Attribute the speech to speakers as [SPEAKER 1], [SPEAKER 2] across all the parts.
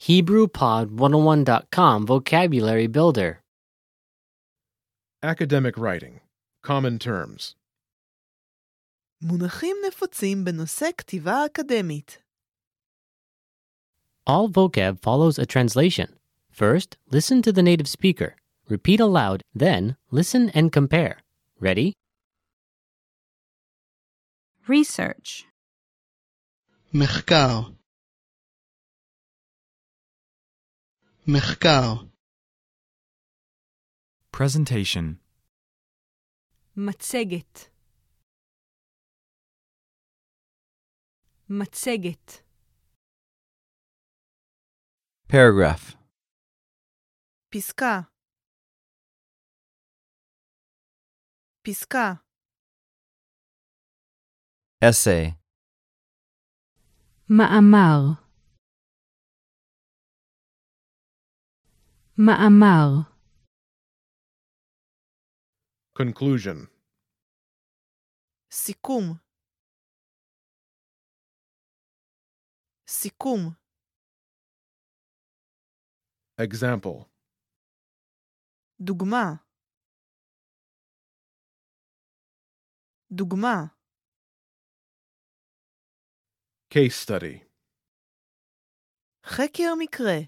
[SPEAKER 1] HebrewPod101.com Vocabulary Builder.
[SPEAKER 2] Academic writing. Common terms.
[SPEAKER 3] מונחים נפוצים בנושא כתיבה אקדמית.
[SPEAKER 1] All vocab follows a translation. First, listen to the native speaker. Repeat aloud, then, listen and compare. Ready?
[SPEAKER 4] Research.
[SPEAKER 5] מחקר מחקר
[SPEAKER 6] Presentation.
[SPEAKER 4] מצגת. מצגת.
[SPEAKER 6] Paragraph.
[SPEAKER 3] פסקה. פסקה.
[SPEAKER 6] Essay.
[SPEAKER 4] מאמר. מאמר.
[SPEAKER 2] Conclusion.
[SPEAKER 3] סיכום. סיכום.
[SPEAKER 2] Example.
[SPEAKER 3] דוגמה. דוגמה.
[SPEAKER 2] Case study.
[SPEAKER 3] חקר מקרה.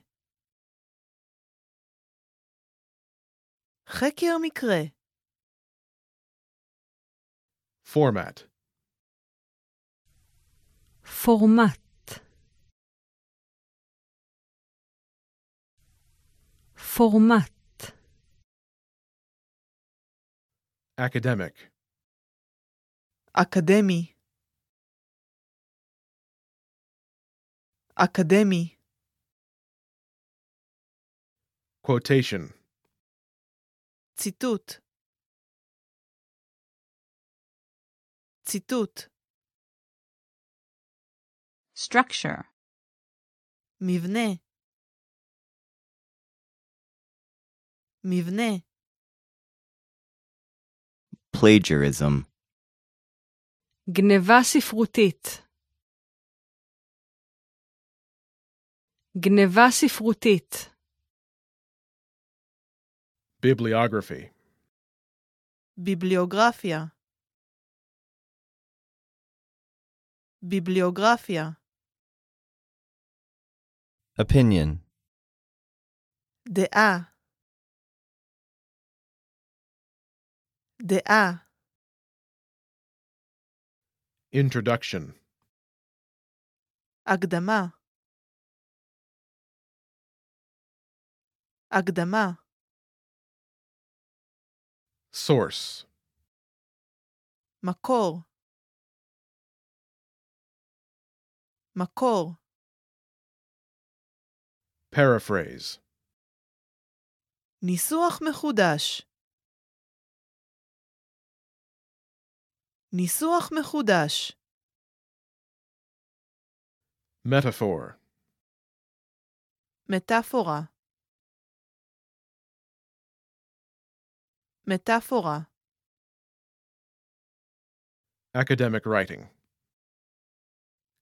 [SPEAKER 3] חקר מקרה.
[SPEAKER 2] Format.
[SPEAKER 4] פורמט. פורמט.
[SPEAKER 2] Academic.
[SPEAKER 3] אקדמי. אקדמי.
[SPEAKER 2] Quotation.
[SPEAKER 3] ציטוט. ציטוט.
[SPEAKER 4] Structure.
[SPEAKER 3] מבנה. מבנה.
[SPEAKER 7] plagiarism,
[SPEAKER 4] גנבה ספרותית. גנבה ספרותית.
[SPEAKER 2] Bibliography.
[SPEAKER 3] ביבליוגרפיה. ביבליוגרפיה.
[SPEAKER 6] Opinion.
[SPEAKER 3] דעה. דעה.
[SPEAKER 2] Introduction.
[SPEAKER 3] הקדמה. הקדמה.
[SPEAKER 2] Source.
[SPEAKER 3] מקור. מקור.
[SPEAKER 2] Paraphrase.
[SPEAKER 3] ניסוח מחודש. ניסוח מחודש.
[SPEAKER 2] Metaphor.
[SPEAKER 3] מטאפורה. מטאפורה.
[SPEAKER 2] Academic writing.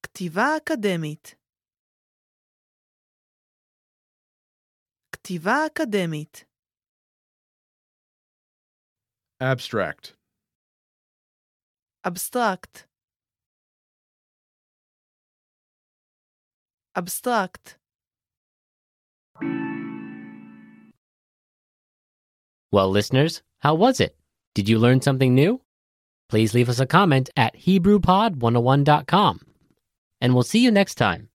[SPEAKER 3] כתיבה אקדמית. כתיבה אקדמית.
[SPEAKER 2] Abstract.
[SPEAKER 3] אבסטרקט. אבסטרקט.
[SPEAKER 1] Well, listeners, how was it? Did you learn something new? oh Please leave us a comment at HebrewPod101.com. And we'll see you next time.